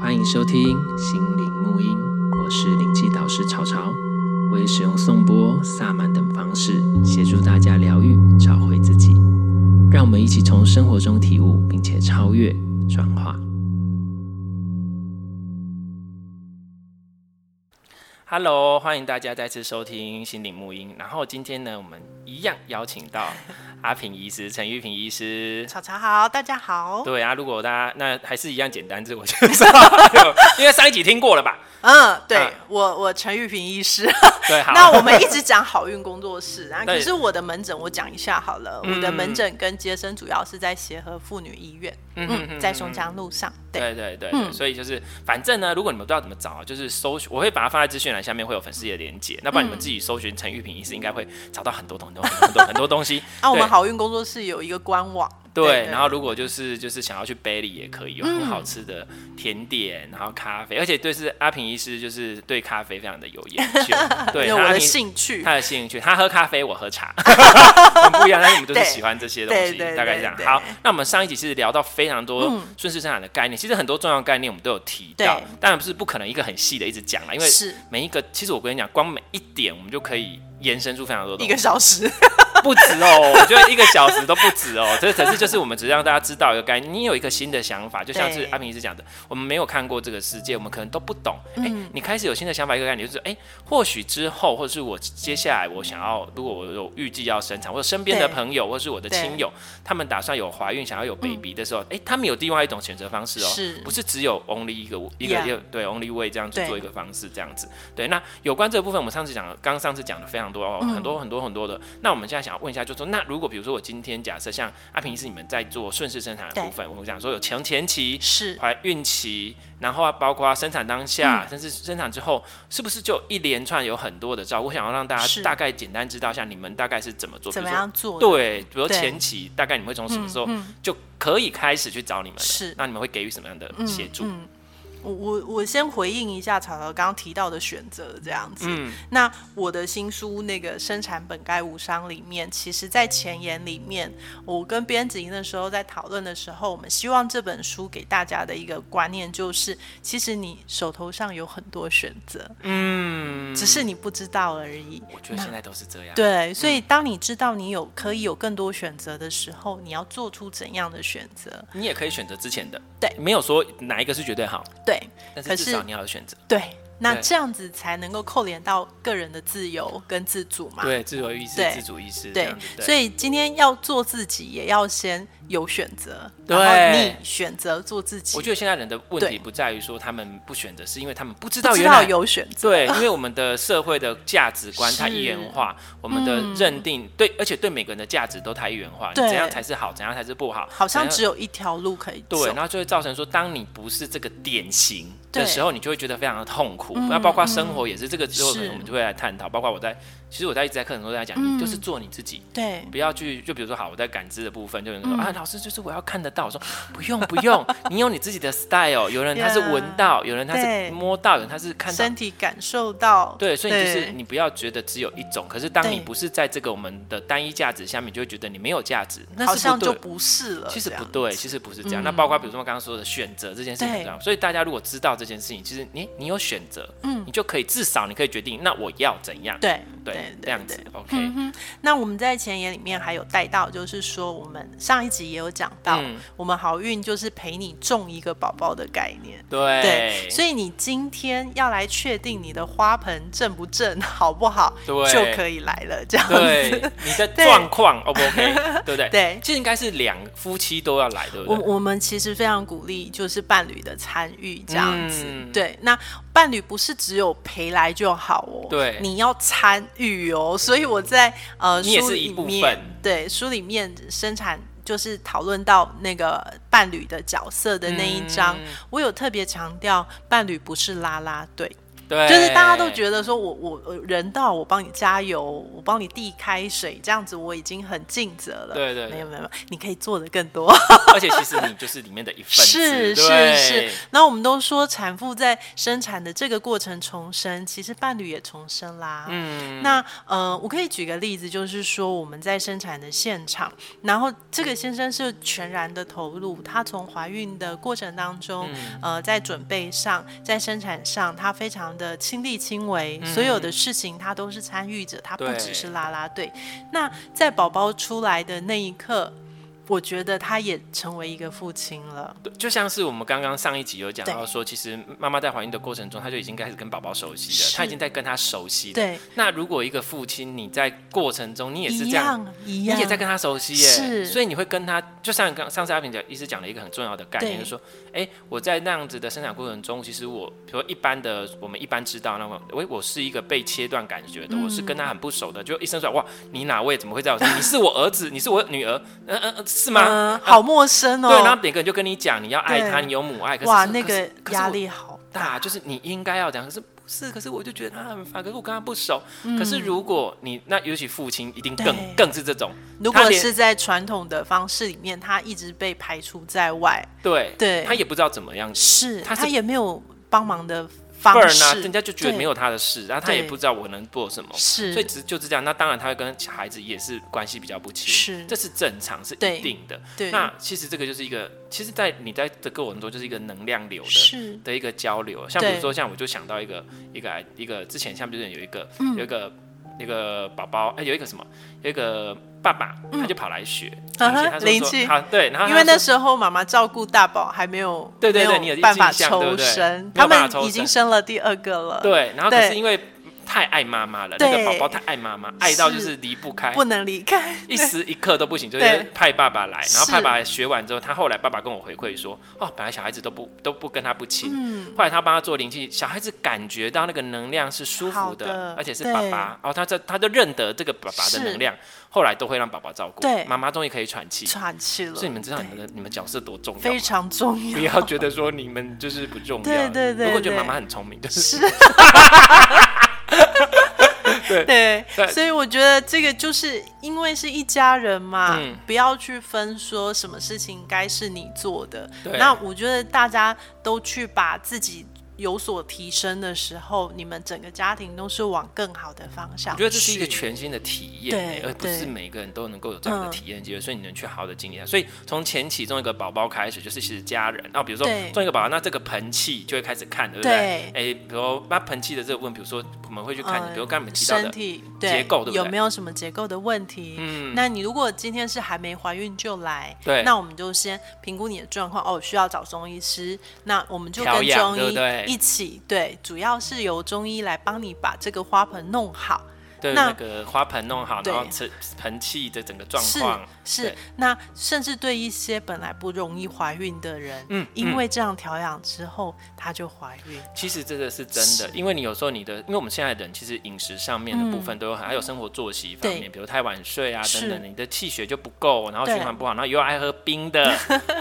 欢迎收听心灵沐音，我是灵气导师潮潮，我也使用颂钵、萨满等方式协助大家疗愈、找回自己。让我们一起从生活中体悟，并且超越、转化。Hello，欢迎大家再次收听心灵沐音。然后今天呢，我们一样邀请到阿平医师、陈玉平医师。草草好，大家好。对啊，如果大家那还是一样简单自我介绍， 因为上一集听过了吧？嗯，对、啊我，我陈玉平医师。对，好。 那我们一直讲好运工 作室啊，对可是我的门诊我讲一下好了。嗯我的门诊跟接生主要是在协和妇女医院，嗯嗯嗯嗯，在松江路上。对对，嗯对对对，所以就是反正呢，如果你们不知道怎么找，啊就是搜寻，我会把它放在资讯栏下面会有粉丝页连接，那不然你们自己搜寻陈玉平医师，应该会找到很多东西，很多很多东 西。啊，我对们好运工作室有一个官网。对，嗯然后如果就是就是想要去 b a i l y 也可以，有很好吃的甜点，然后咖啡，而且对是阿平医师就是对咖啡非常的有研 究，对，有那我阿的平兴趣他。的兴趣，他喝咖啡，我喝 茶，很不一样。但是我们就是对喜欢这些东西对，对大概这样对。对嗯好，那我们上一集其实聊到非常多顺势生长的概念，其实很多重要概念我们都有提到对，当然不是不可能一个很细的一直讲了，因为是每一个，其实我跟你讲，光每一点我们就可以延伸出非常多东一西个，小时，不止哦，我觉得一个小时都不止哦。这 可是就是我们只是让大家知道一个概念，你有一个新的想法，就像是对阿平医师讲的，我们没有看过这个世界，我们可能都不懂。嗯哎、你开始有新的想法，一个概念就是，哎、或许之后，或者是我接下来我想要，如果我有预计要生产，或者身边的对嗯朋友，或者是我的亲友，他们打算有怀孕想要有 baby 的时候，哎、他们有另外一种选择方式哦，是不是只有 only 一个一个 Yeah 一个对 only way 这样子对做一个方式这样子。对，那有关这个部分，我们上次讲了，刚上次讲的非常多哦，嗯很多很多很多的。那我们现在想要问一下，就是说，那如果比如说我今天假设像阿平是你们在做顺势生产的部分，我们讲说有前前期、 是怀孕期，然后啊包括生产当嗯下，甚至生产之后，是不是就一连串有很多的照顾？我想要让大家是大概简单知道一下你们大概是怎么做，怎么比如说样做的？对，比如对嗯前期大概你们会从什么时候就可以开始去找你们了？是嗯那你们会给予什么样的协助？我我我先回应一下草草刚刚提到的选择这样子。嗯那我的新书那个《生产本该无伤》里面，其实在前言里面，我跟编辑那时候在讨论的时候，我们希望这本书给大家的一个观念就是，其实你手头上有很多选择，嗯，只是你不知道而已。我觉得现在都是这样。对，所以当你知道你有可以有更多选择的时候，你要做出怎样的选择？你也可以选择之前的，对没有说哪一个是绝对好，对，但是可至是少你要有选择，对，那对这样子才能够扣连到个人的自由跟自主嘛。对，自我意识、对自主意识这对样子，，所以今天要做自己，也要先有选择，对然后你选择做自己，我觉得现在人的问题对不在于说他们不选择，是因为他们不知不道知原来道有选择，对，因为我们的社会的价值观太一元化，我们的认定、对，而且对每个人的价值都太一元化，你嗯对怎样才是好，怎样才是不好，好像怎只样有一条路可以走。对，然后就会造成说，当你不是这个典型的对嗯时候，你就会觉得非常的痛苦。那包括生活也是，这个之后是可能我们就会来探讨。包括我在，其实我在一直在课程中都在讲，你嗯就是做你自己，对不要去，就比如说好，我在感知的部分，就有嗯人说、啊，老师就是我要看得到，我说不用不 用，你有你自己的 style，有人他是 Yeah，闻到，有人他是对摸到，有人他是看到身。体感受到，对，所以你就是对你不要觉得只有一种，可是当你对不是在这个我们的单一价值下面，你就会觉得你没有价值，那好是不像对就的。不是了。其实这不样，嗯对，其实不是这样。那包括比如说我刚刚说的选择这件事情很重要，所以大家如果知道这件事情，其实你你有选择，你就可以至少你可以决定，那我要怎样，嗯对对对，这样对嗯子。，OK，那我们在前言里面还有带到，就是说我们上一集也有讲到，嗯我们好运就是陪你种一个宝宝的概念。对对，，所以你今天要来确定你的花盆正不正、好不好，对就可以来了。这样对子，你的状况 O 不 OK？对不对？对其实应该是两夫妻都要来，对不 我对？我们其实非常鼓励就是伴侣的参与，这样子。嗯对，那伴侣不是只有陪来就好哦，对你要参与哦。所以我在呃你也书是一里部面分对书里面生产。就是讨论到那个伴嗯侣的角色的那一章，我有特别强调，伴侣不是啦啦队，嗯对，就是大家都觉得说我我我人到我帮你加油，我帮你递开水，这样子我已经很尽责了。对对对没有没有，没有你可以做的更多。而且其实你就是里面的一份 子，是是对是。那我们都说产妇在生产的这个过程重生，其实伴侣也重生啦。嗯，那呃，我可以举个例子，就是说我们在生产的现场，然后这个先生是全然的投入，他从怀孕的过程当中，嗯呃，在准备上，在生产上，他非常的亲力亲为，所有的事情他都是参与者，他不嗯对只是啦啦队。那在宝宝出来的那一刻，我觉得他也成为一个父亲了。对就像是我们刚刚上一集有讲到对说，其实妈妈在怀孕的过程中，她就已经开始跟宝宝熟悉了，是她已经在跟他熟悉了。对，那如果一个父亲，你在过程中你也是一这样，样一你样，也在跟他熟悉耶，是所以你会跟他，就像刚上次阿平讲，医师讲了一个很重要的概念，对就是说，哎、我在那样子的生产过程中，其实我，比如说一般的，我们一般知道那么，喂，我是一个被切断感觉嗯的，我是跟他很不熟的，就一生出来，哇，你哪位？怎么会在我身边？你是我儿子，你是我女儿，嗯嗯嗯，是吗？嗯，好陌生哦。对，然后每个人就跟你讲，你要爱他，对你有母爱，可是哇，可是那个可是我压力好大，就是你应该要讲，可是不是？可是我就觉得他很烦，可是我跟他不熟。可是如果你那尤其父亲一定更嗯对更是这种，如他果连是在传统的方式里面，他一直被排除在外，对对他也不知道怎么样是他他是也没有帮忙的份方儿呢，式，啊人家就觉得对没有他的事，然后他也对不知道我能做什么。所以是只就是这样，那当然他会跟孩子也是关系比较不亲，是这是正常，是对一定的。对，那其实这个就是一个，其实，在你在这个过程中就是一个能量流的是的一个交流。像比如对说，像我就想到一个一个一个之前像就是有一个、嗯有一个一个宝宝，哎、有一个什么，有一个爸爸，他就跑来学嗯哼邻邻居，居他说说他对，然后他因为那说时候妈妈照顾大宝还没有对对对没你有有办法印象对不抽对身，没有他办法抽们已经身生了第二个了，，对，然后可是对因为太爱妈妈了，那个对宝宝太爱妈妈，爱到就是离不开，不能离开，一时一刻都不行，就是对派爸爸来，然后是派爸爸学完之后，他后来爸爸跟我回馈说，哦，本来小孩子都不都不跟他不亲，嗯后来他帮他做灵气，小孩子感觉到那个能量是舒服好的，的而且是爸爸，哦，他这他就认得这个爸爸的是能量，后来都会让宝宝照顾，对妈妈终于可以喘气。喘气了，所以你们知道对你们的你们角色多重要非吗？常重不要，要觉得说你们就是不重要，对对对不过觉得对妈妈很聪明，就是是。对对，所以我觉得这个就是因为是一家人嘛，嗯不要去分说什么事情该是你做的对。那我觉得大家都去把自己有所提升的时候，你们整个家庭都是往更好的方向我去。觉得这是一个全新的体验欸，对而不是对每个人都能够有这样的嗯体验机会，所以你能去好好的经历它。所以从前期中一个宝宝开始，就是其实家人，那比如说对中一个宝宝，那这个盆器就会开始看，对不对？哎对、比如那盆器的这个问，比如说我们会去看，嗯比如刚才你们提到身的，体结构对不对有没有什么结构的问题？嗯，那你如果今天是还没怀孕就来，对那我们就先评估你的状况哦，需要找中医师，那我们就调跟养中对不医对一起，对，主要是由中医来帮你把这个花盆弄好，对那那个花盆弄好，对然后盆盆器的整个状是况，是对，那甚至对一些本来不容易怀孕的人，嗯因为这样调养之后，她就怀孕，其实这个是真的，因为你有时候你的，因为我们现在人其实饮食上面的部分都有很，还有生活作息方面，嗯对比如太晚睡啊是等等，你的气血就不够，然后对循环不好，然后又爱喝冰的，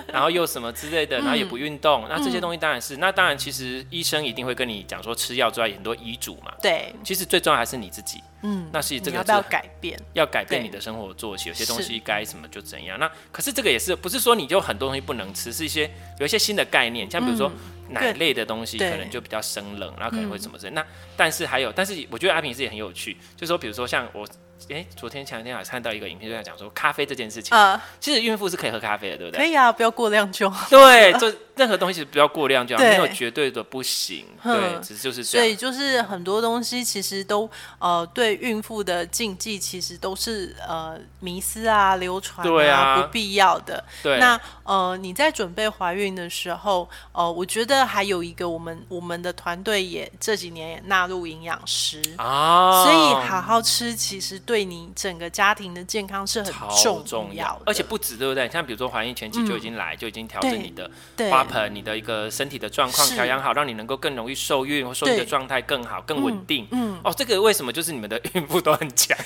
然后又什么之嗯类的，然后也不运动，那这些东西当然是，那当然其实医生一定会跟你讲说吃药之外有很多医嘱嘛，对，其实最重要还是你自己，嗯，那是这你个要是不要改变？要改变对你的生活作息，有些东是西该什么就怎样。那可是这个也是不是说你就很多东西不能吃，是一些有一些新的概念，像比如说奶类的东西可嗯对嗯能就比较生冷，然后可能会什么之类。那但是还有，但是我觉得阿平是也很有趣，就说比如说像我。哎、昨天前两天还看到一个影片，就在讲说咖啡这件事情。呃，其实孕妇是可以喝咖啡的，对不可对？以啊，不要过量就好。对，就任何东西不要过量就好，对没有绝对的不行。对，哼只是就是这所样。以就是很多东西其实都呃对孕妇的禁忌其实都是呃迷思啊、流传对啊不必要的。对，那呃你在准备怀孕的时候，呃，我觉得还有一个我们我们的团队也这几年也纳入营养师。啊，所以好好吃，其实对你整个家庭的健康是很超重要的，嗯而且不止对不对？像比如说怀孕前期就已经来，就已经调整你的对花盆、你的一个身体的状况是调养好，让你能够更容易受孕或受孕的对状态更好、更稳定。嗯，哦，这个 为什么就是你们的孕妇都很强？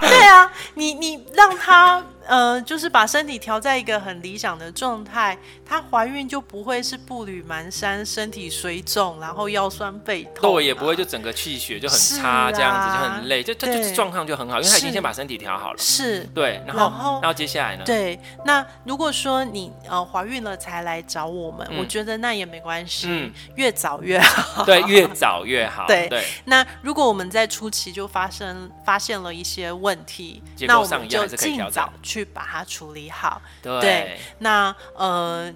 对啊，你你让他呃，就是把身体调在一个很理想的状态，她怀孕就不会是步履蹒跚、身体水肿，然后腰酸背 痛、啊。对，也不会就整个气血就很差，是啊这样子就很累，就这对就是状况就很好，因为他已经是先把身体调好了。是。对，然后然后然后接下来呢？对，那如果说你呃怀孕了才来找我们，嗯我觉得那也没关系， 嗯越早越好。 对，越早越好。对对，那如果我们在初期就发生发现了一些问题结，构那我上们一样就还是可以尽调整早去把它处理好。对对那呃，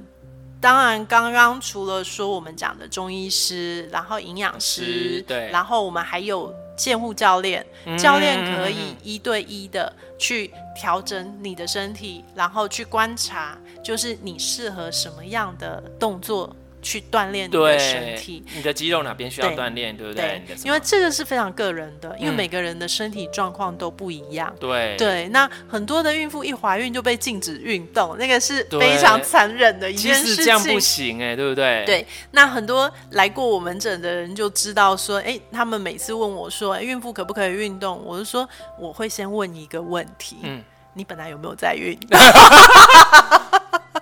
当然，刚刚除了说我们讲的中医师，然后营养师师，对然后我们还有健护教练，教练可嗯嗯嗯以一对一的去调整你的身体，然后去观察，就是你适合什么样的动作去锻炼你的身体对。，你的肌肉哪边需要对锻炼，对不对？你的什么因为这个是非常个人的，因为嗯每个人的身体状况都不一样。对对，那很多的孕妇一怀孕就被禁止运动，那个是对非常残忍的一其件实事这样不情。行哎，对不对？对，那很多来过我门诊的人就知道说，哎，他们每次问我说，哎孕妇可不可以运动？我就说，我会先问你一个问题，嗯你本来有没有在运动？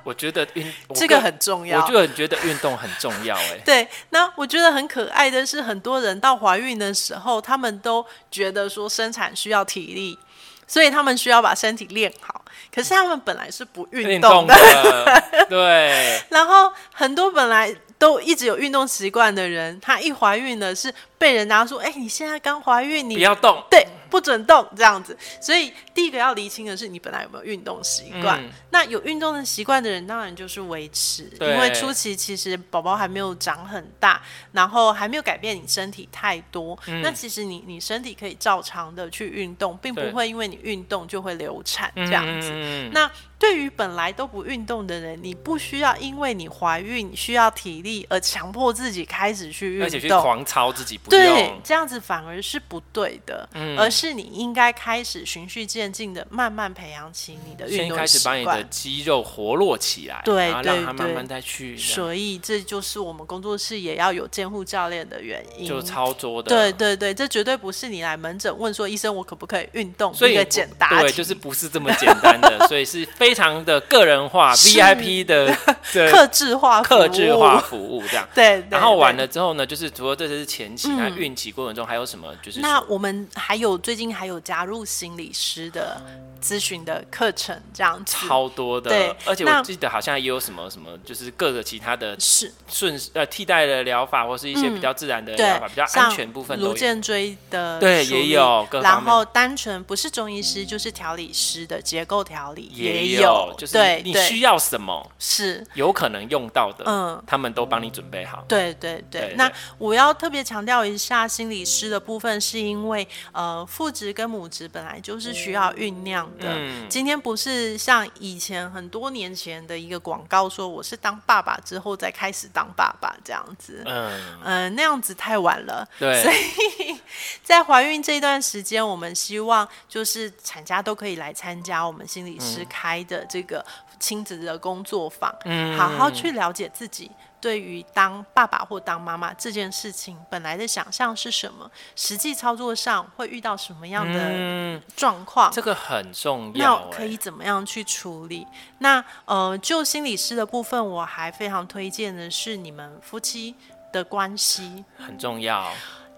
我觉得运我这个很重我要。。就很觉得运动很重要哎对，那我觉得很可爱的是，很多人到怀孕的时候，他们都觉得说生产需要体力，所以他们需要把身体练好。可是他们本来是不运运动动的， 的，对，然后很多本来都一直有运动习惯的人，他一怀孕了是被人家说：“哎、你现在刚怀孕，不你要动。对不准动这样子。”所以第一个要厘清的是你本来有没有运动习惯。嗯那有运动的习惯的人，当然就是维持，对因为初期其实宝宝还没有长很大，然后还没有改变你身体太多。嗯那其实你你身体可以照常的去运动，并不对会因为你运动就会流产这样子。嗯那对于本来都不运动的人，你不需要因为你怀孕需要体力而强迫自己开始去而且去运动。狂操自己不对用，，嗯这样子反而是不对的，而是你应该开始循序渐进的，慢慢培养起你的运先动开始把习你的惯。肌肉活络起来，对然后让它对慢慢对再去这样所以这就是我们工作室也要有监护教练的原因。就操作的，对对对，这绝对不是你来门诊问说医生我可不可以运动所以一个不简答对，题就是不是这么简单 的，所以是非常的个人化是 VIP 的克的制化服务克制化。服务这样。对，对然后完对了之后呢，就是除了这是前期，嗯那孕期过程中还有什么？就是那说我们还有最近还有加入心理师的咨询的课程，这样子。超多的对，而且我那记得好像也有什么什么，就是各个其他的是顺呃替代的疗法，或是一些比较自然的疗对法，比较，安像全部分都颅有。间椎的对处也理有各方然面后单纯不是中医师就是调理师的结构调理也有，就是对你对需要什么，是。有可能用到的，嗯他们都帮你准备好。对对对，对那对我要特别强调一下心理师的部分，是因为呃，父职跟母职本来就是需要酝酿的。嗯今天不是像以前很多年前的一个广告说，我是当爸爸之后再开始当爸爸这样子。嗯嗯，那样子太晚了。所对，以在怀孕这段时间，我们希望就是产家都可以来参加我们心理师开的这个亲子的工作坊，嗯好好去了解自己。对于当爸爸或当妈妈这件事情，本来的想象是什么？实际操作上会遇到什么样的嗯，状况？这个很重那要、欸，可以怎么样去处理？那呃，就心理师的部分，我还非常推荐的是你们夫妻的关系。很重要。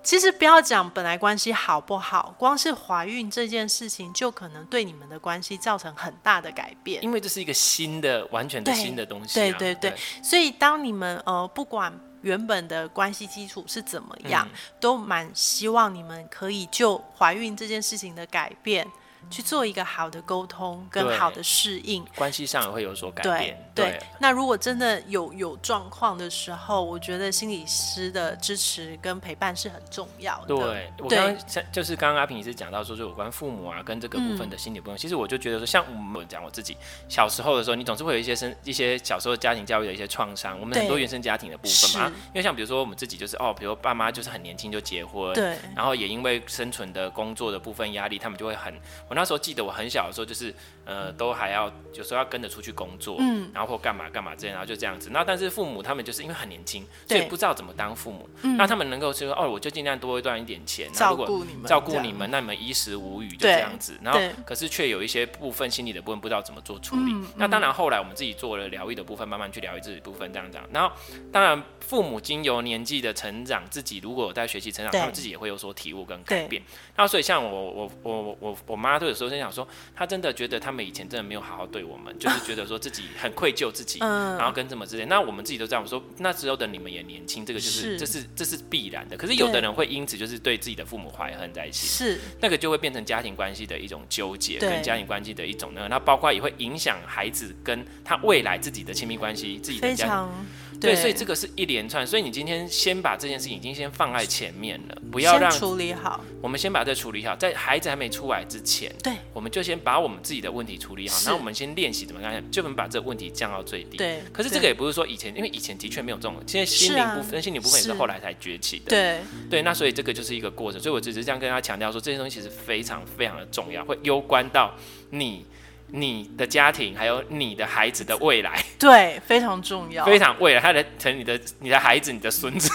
其实不要讲本来关系好不好，光是怀孕这件事情就可能对你们的关系造成很大的改变。因为这是一个新的、完全的对新的东西、啊。对对对，所以当你们呃不管原本的关系基础是怎么样，嗯都蛮希望你们可以就怀孕这件事情的改变嗯去做一个好的沟通对跟好的适应。关系上也会有所改对变。对，那如果真的有有状况的时候，我觉得心理师的支持跟陪伴是很重要的。对，我刚刚像就是刚刚阿平也是讲到说，是有关父母啊跟这个部嗯分的心理不用。其实我就觉得说，像我们讲我自己小时候的时候，你总是会有一些生一些小时候家庭教育的一些创伤，我们很多对原生家庭的部分嘛是。因为像比如说我们自己就是哦，比如爸妈就是很年轻就结婚，对然后也因为生存的工作的部分压力，他们就会很我那时候记得我很小的时候，就是呃，都还要有时候要跟着出去工作，嗯然后或干嘛干嘛之类，然后就这样子。那但是父母他们就是因为很年轻，所对以不知道怎么当父母，嗯那他们能够说哦，我就尽量多赚一点钱，那照如果顾你们，照顾这样你们，那你们衣食无虞就对这样子。然后对可是却有一些部分心理的部分不知道怎么做处理。嗯那当然后来我们自己做了疗愈的部分，慢慢去疗愈自己的部分这样这样。然后当然父母经由年纪的成长，自己如果有在学习成长，对他们自己也会有所体悟跟对改变。那所以像我我我我我我妈都有时候在想说，她真的觉得他们以前真的没有好好对我们，就是觉得说自己很愧疚自己， 嗯然后跟什么之类。那我们自己都这样我说，那只有等你们也年轻，这个就是是这是这是必然的。可是有对的人会因此就是对自己的父母怀恨在心。是那个就会变成家庭关系的一种纠结，对跟家庭关系的一种那个，那包括也会影响孩子跟他未来自己的亲密关系、自己的非家庭。常对，所以这个个是一连串，所以你今天先把这件事情已经先放在前面了，不要让先处理好，我们先把这处理好，在孩子还没出来之前，对我们就先把我们自己的问题处理好，是然后我们先练习怎么样，就能把这个问题降到最低。对可是这个也不是说以前，因为以前的确没有这种，现在心是啊灵部分、心理部分也是是后来才崛起的。对对，那所以这个就是一个过程，所以我只是这样跟他强调说，这些东西其实非常非常的重要，会攸关到你、你的家庭，还有你的孩子的未来，对非常重要，非常未来，他的成你的、你的孩子、你的孙 子，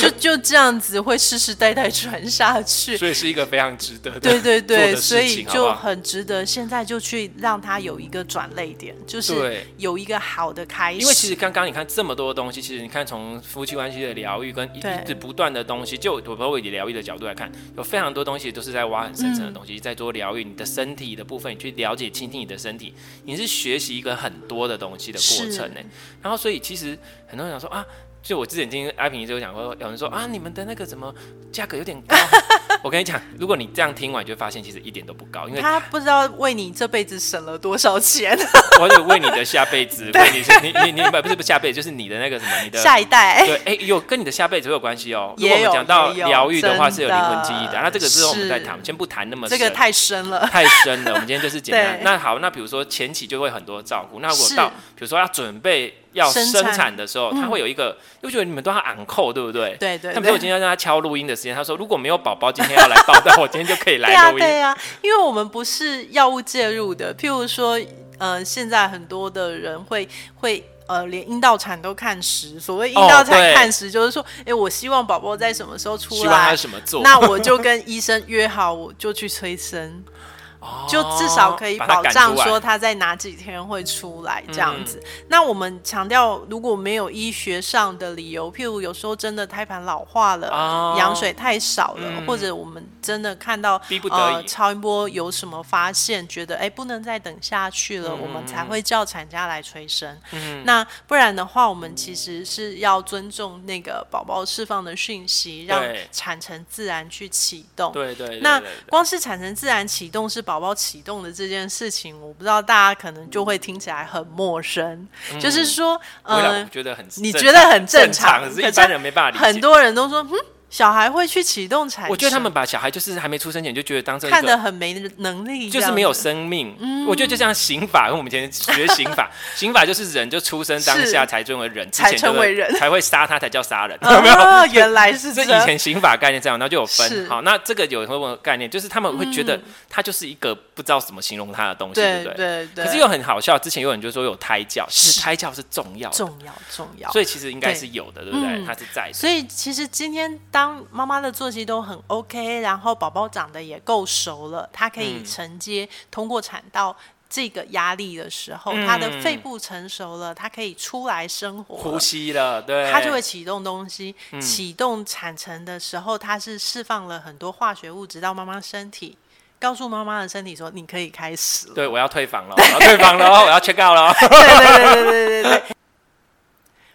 就就这样子会世世代代传下去。所以是一个非常值得的。对对对，做的所事以情就好不好很值得现在就去让他有一个转类点，就是对有一个好的开始。因为其实刚刚你看这么多东西，其实你看从夫妻关系的疗愈跟一对一直不断的东西，就我包括以疗愈的角度来看，有非常多东西都是在挖很深嗯层的东西，在做疗愈你的身体的部分，你去了解、倾听你的身体，你是学习一个很多的东西的过程呢。然后所以其实很多人想说啊。就我之前听阿平一直有讲过，有人说啊，你们的那个怎么价格有点高？ 我跟你讲，如果你这样听完，你就会发现其实一点都不高，因为他不知道为你这辈子省了多少钱，我得为你的下辈 子，为你是你你你不是不是下辈子，就是你的那个什么，你的下一代 对，哎、有跟你的下辈子会有关系哦。如也果我们有讲到也有疗愈的话，真是有灵魂记忆的。的那这个之后我们再是谈，先不谈那么 这个深太深了。太深了。我们今天就是简单。对那好，那比如说前期就会很多照顾。那如果是到比如说要准备要生生产嗯产的时候，他会有一个，因为觉得你们都要昂扣，对不对？对对他们说我对。今天要让他敲录音的时间，他说如果没有宝宝今天要来报道，我今天就可以对啊，来录音。对啊，因为我们不是药物介入的，譬如说，呃，现在很多的人会会。呃，连阴道产都看时。所谓阴哦道产对看时，就是说，哎、我希望宝宝在什么时候出希望来他，什么做？那我就跟医生约好，我就去催生， 哦就至少可以把他保赶障出来说他在哪几天会出来这样哦子。嗯那我们强调，如果没有医学上的理由，譬如有时候真的胎盘老化了，哦羊水太少了，嗯或者我们真的看到逼不得呃已超音波有什么发现，觉得哎、不能再等下去嗯了，我们才会叫产家来催生。那不然的话，我们其实是要尊重那个宝宝释放的讯息，让对产程自然去启动。对对对那对对光是产生自然启动是宝宝启动的这件事情，我不知道大家可能就会听起来很陌生，嗯就是说，我老呃婆，觉得很你正觉得很正常，常，可可是是一般人没办法理解。很多人都说，嗯，小孩会去启动产程，我觉得他们把小孩就是还没出生前就觉得当成一看个得很嗯没能力，就是 没有生命。我觉得就像刑法，跟我们以前学刑 法，刑法就是人就出生当下是才成为人，之才前就成会为人才会杀他才叫杀 人。这样啊，原来是这这以样，前刑法概念这样，然后就有分是。嗯好，那这个有什么概念？就是他们会觉得他就是一个不知道怎么形容他的东西，对对不对？对对，可是又很好笑，之前有人就说有胎教，其实胎教是重要的，重要重要，所以其实应该对是有的，对不对？嗯它是在的。所以其实今天当妈妈的作息都很 OK，然后宝宝长得也够熟了，她可以嗯承接通过产道。这个压力的时候，嗯她的肺部成熟了，她可以出来生活呼了，吸了，对，它就会启动东西。启动产程的时候，它是释放了很多化学物质到妈妈身体，告诉妈妈的身体说：“你可以开始了。对我要退房 了，我要退房了，我要 check out 了。对”对对对对对对对。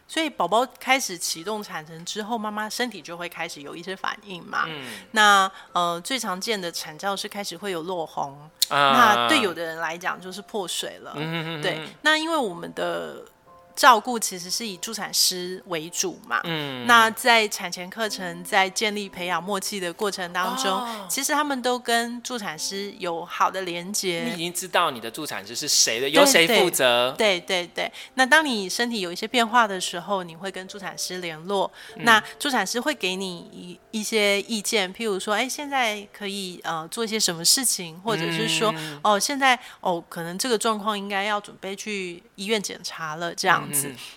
所以宝宝开始启动产程之后，妈妈身体就会开始有一些反应嘛。嗯那呃，最常见的产兆是开始会有落红，啊那对有的人来讲就是破水了。嗯嗯嗯嗯对，那因为我们的照顾其实是以助产师为主嘛。嗯，那在产前课程在建立培养默契的过程当中，哦其实他们都跟助产师有好的连接。你已经知道你的助产师是谁了，由谁对负责？对对对，那当你身体有一些变化的时候，你会跟助产师联络，嗯那助产师会给你一一些意见，譬如说，哎，现在可以呃做一些什么事情，或者是说，嗯哦，现在哦，可能这个状况应该要准备去医院检查了，这样子。嗯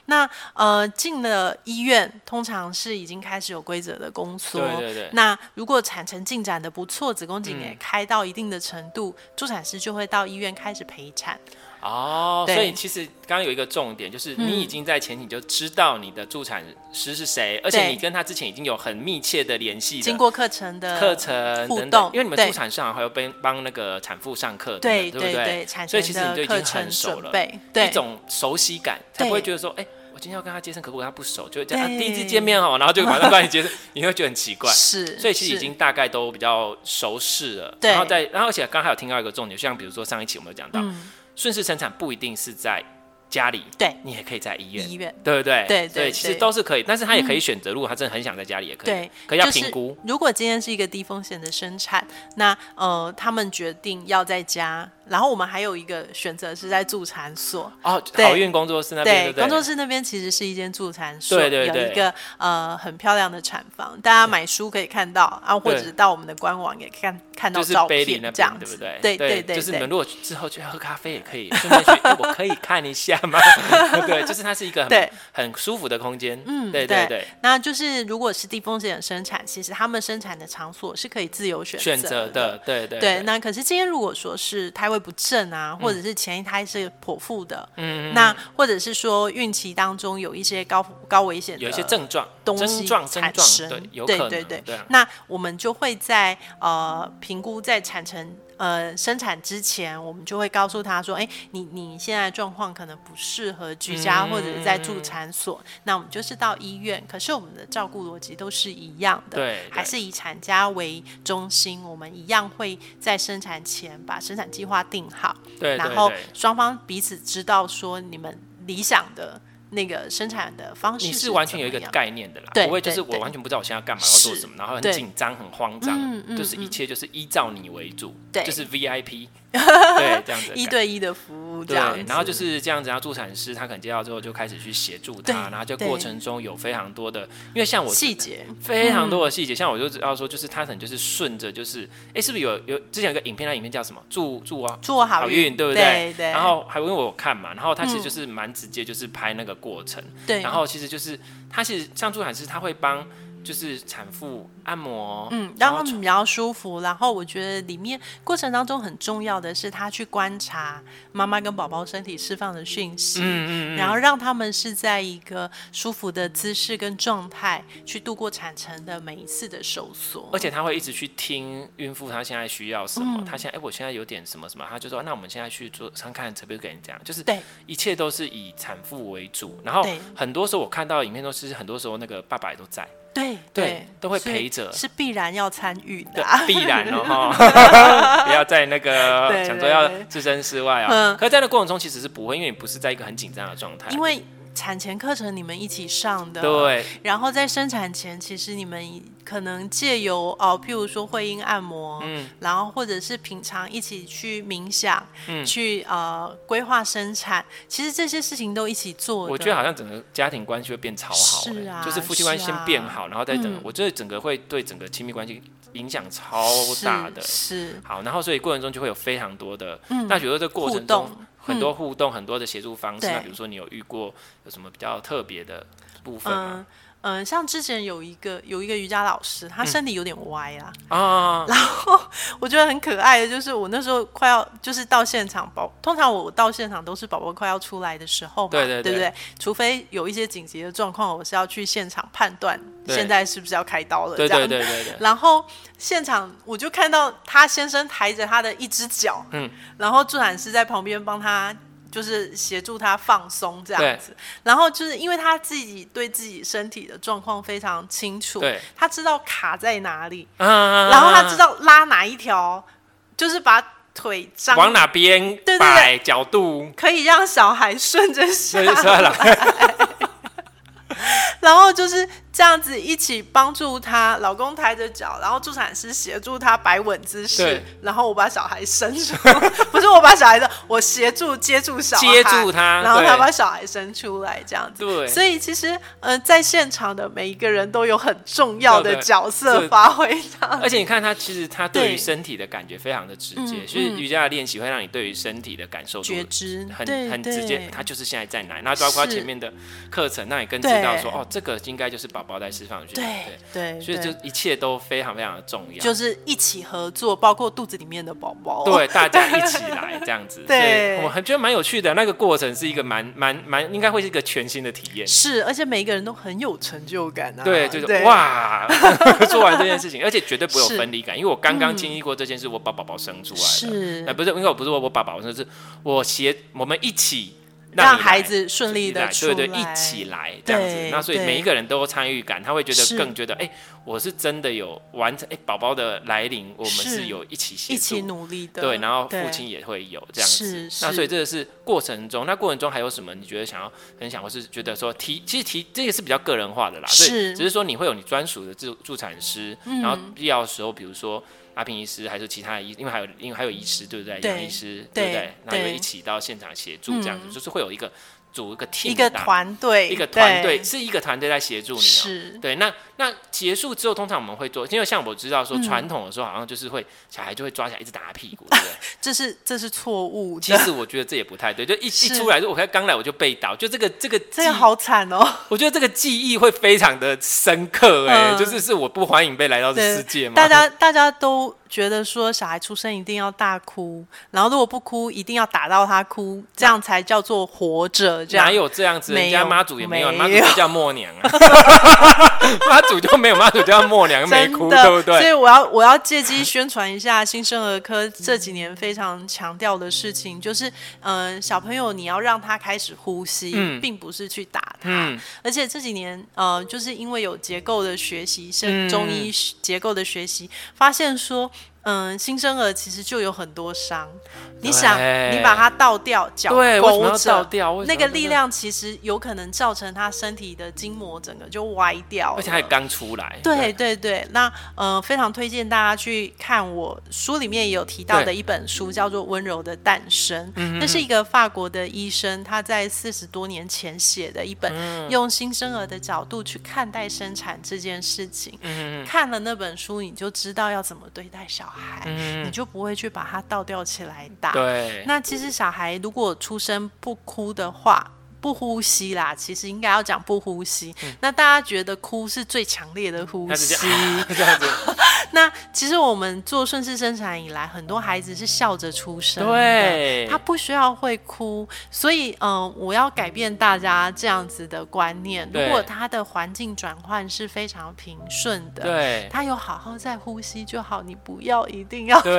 那呃，进了医院，通常是已经开始有规则的宫缩，对对嗯对那如果产程进展的不错，子宫颈也开到一定的程度，助产师就会到医院开始陪产。哦，对所以其实刚刚有一个重点，就是你已经在前你就知道你的助产师是谁，而且嗯对你跟他之前已经有很密切的联系了，经过课程的课程互等等动，因为你们对助产师好像还有帮帮那个产妇上课等对等，不对，产所以前其实你就的已课经程很熟准了，备，对一种熟悉感，才对不会觉得说，哎、我今天要跟他接生，可不跟他不熟，就会这样、啊、对第一次见面哦，然后就马上帮你接生，你会觉得很奇怪。是，所以其实已是经大概都比较熟识了，对然后再，然后而且刚刚还有听到一个重点，像比如说上一期我们有讲到，嗯顺势生产不一定是在家里，对你也可以在医院，医院。对不对？对对所以其实对都是可以，但是他也可以选择，如果他真的很想在家里也可以，对，可以要就是评估，如果今天是一个低风险的生产，那呃，他们决定要在家，然后我们还有一个选择是在助产所。哦，对好运工作室那边，对不对，工作室那边其实是一间助产所，对对对有一个呃很漂亮的产房，大家买书可以看到啊，或者是到我们的官网也看看到就是照贝片里那这样边，对不子，对？对对对，就是你对们如果之后去喝咖啡也可以，顺便去，哎我可以看一下吗？ 对，就是它是一个很对很舒服的空间，嗯对对对，那就是如果是低风险的生产，其实他们生产的场所是可以自由选择选择的，。对对嗯对，那可是今天如果说是胎位不正啊，或者是前一胎是剖腹的，嗯，那或者是说孕期当中有一些高高危险的有一些症状，东症西状症产状，生，对，有可对能，对对啊那我们就会在呃评估在产程呃生产之前，我们就会告诉他说，哎，你你现在状况可能不适合居嗯家、或者在助产所，那我们就是到医院。可是我们的照顾逻辑都是一样的，对对还是以产家为中心，我们一样会在生产前把生产计划定好，对对然后对。双方彼此知道说你们理想的。那个生产的方式你是怎完全有一么个样概念的啦，对不会就是对我对完全不知道我现在要干嘛，要做是什么，然后很对紧张、很慌张嗯，嗯就是一切就是依照你为主，对就是 VIP，对，这样子的感一觉对一的服务这对样子，，然后就是这样子，然后助产师他可能接到之后就开始去协助对他，然后这对过程中有非常多的，因为像我细节，嗯非常多的细节，像我就知道说，就是他可能就是顺着就是，哎，是不是有有之前有个影片，那影片叫什么？祝祝啊。做好好运对不对？对嗯然后还因为我有看嘛，然后他其实就是蛮直接，就是拍那个过程。对，然后其实就是他其实像助产师，他会帮就是产妇按摩，嗯，然让后他们比较舒服。然后我觉得里面过程当中很重要的是，他去观察妈妈跟宝宝身体释放的讯息，嗯嗯嗯，然后让他们是在一个舒服的姿势跟状态去度过产程的每一次的收缩。而且他会一直去听孕妇她现在需要什么，她现在哎、我现在有点什么什么，他就说那我们现在去做看看可不可以这样，就是对一切都是以产妇为主。然后对很多时候我看到的影片都是很多时候那个爸爸也都在，对对对，都会所以陪着是必然要参与对的啊。必然哦， 哈不要在那个对想说要对对置身事外啊。嗯可是在那过程中其实是不会，因为你不是在一个很紧张的状态，因为产前课程你们一起上的，对然后在生产前，其实你们可能借由哦，譬如说会阴按摩，嗯然后或者是平常一起去冥想，嗯去呃规划生产，其实这些事情都一起做的。我觉得好像整个家庭关系会变超好、欸，是啊就是夫妻关系先变好，然后再整个，嗯我觉得整个会对整个亲密关系影响超是大的欸、是好，然后所以过程中就会有非常多的，那比如说这过程互中动很多互动，很多的协助方式，对那比如说你有遇过有什么比较特别的部分嗯吗？嗯、像之前有一个有一个瑜伽老嗯师，他身体有点歪啦，啊，我觉得很可爱的，就是我那时候快要就是到现场宝，通常我到现场都是宝宝快要出来的时候嘛，对对对不对？除非有一些紧急的状况，我是要去现场判断对现在是不是要开刀了，对这样对对对对，然后现场我就看到他先生抬着他的一只脚，嗯，然后助产师在旁边帮他。就是协助他放松这样子，然后就是因为他自己对自己身体的状况非常清楚，对他知道卡在哪里，啊，然后他知道拉哪一条，就是把腿张往哪边对对摆角度，可以让小孩顺着下所以说啦， 然后就是这样子一起帮助他，老公抬着脚，然后助产师协助他摆稳姿势对，然后我把小孩伸出，不是我把小孩的，我协助接住小孩，接住他然后他对把小孩伸出来，这样子。对所以其实，呃，在现场的每一个人都有很重要对的对角色是发挥到。而且你看他其实他对对于身体的感觉非常的直接，嗯所以瑜伽的练习会让你对于身体的感受度觉知很对很直对接，他就是现在在哪里，那包括是前面的课程，让你更知对道说哦，这个应该就是宝宝在释放的讯息，对对，所以就对一切都非常非常的重要，就是一起合作，包括肚子里面的宝宝。哦对，大家一起来这样子，所 对以我很觉得蛮有趣的，那个过程是一个蛮蛮蛮，应该会是一个全新的体验。是，而且每一个人都很有成就感啊。对，就是哇， 做完这件事情，而且绝对不会有是嗯分离感，因为我刚刚经历过这件事，我把宝宝生出来了，是呃，不是，因为我不是我把宝宝生，是我协我们一起让你来孩子顺利的来出对来，对，一起来这样子对，那所以对每一个人都有参与感，他会觉是得更觉得，哎，我是真的有完成，哎，宝宝的来临，我们是是有一起协一起助努力的。对，然后对父亲也会有这样子。是那是所以这个是过程中，那过程中还有什么？你觉得想要分享，或是觉得说提，其实提这个是比较个人化的啦，所是嗯以只是说你会有你专属的助助产师，然后必要的时候，比如说。阿平医师还是其他的医，因为还有因为还有医师对不对？对杨医师对对不对？那对嗯有一起到现场协助这样子，就是会有一个组一个 team 一个的搭团队，一个团对队是一个团队在协助你、哦。是对，那那结束之后，通常我们会做，因为像我知道说嗯传统的时候，好像就是会、小孩就会抓起来一直打他屁股，对不对？这是这是错误其的，实我觉得这也不太 对，就一一是出来，就我才刚来我就被倒，就这个这个这记个好惨哦。我觉得这个记忆会非常的深刻哎、嗯就是是我不欢迎被来到这对世界嘛，大家大家都觉得说小孩出生一定要大哭，然后如果不哭，一定要打到他哭，这样才叫做活着。这 样哪有这样子？没有人家妈祖也没有，没有妈祖就叫默娘啊， 妈祖就没有，妈祖就叫默 娘，没真哭的，对不所对？以我要我要借机宣传一下新生儿科这几年非常强调的事情，就是嗯、呃小朋友你要让他开始呼吸，嗯并不是去打他。嗯而且这几年呃，就是因为有结构的学习，是嗯中医结构的学习，发现说。嗯，新生儿其实就有很多伤。你想，对你把它倒掉，脚对为什么勾要倒着，掉为什么那要个倒力掉量其实有可能造成他身体的筋膜整个就歪掉了，而且还刚出来，对对对，那呃，非常推荐大家去看我书里面也有提到的对嗯一本书，叫做《温柔的诞生》，那是一个法国的医生他在四十多年前写的一本，嗯用新生儿的角度去看待生产这件事情。嗯，嗯看了那本书，你就知道要怎么对待小孩，嗯你就不会去把它倒吊起来打。对，那其实小孩如果出生不哭的话，不呼吸啦，其实应该要讲不呼吸。嗯那大家觉得哭是最强烈的呼他直接吸。 这样子，那其实我们做顺势生产以来，很多孩子是笑着出生的，对他不需要会哭。所以，嗯、我要改变大家这样子的观念。如对果他的环境转换是非常平顺的，对他有好好在呼吸就好，你不要一定要对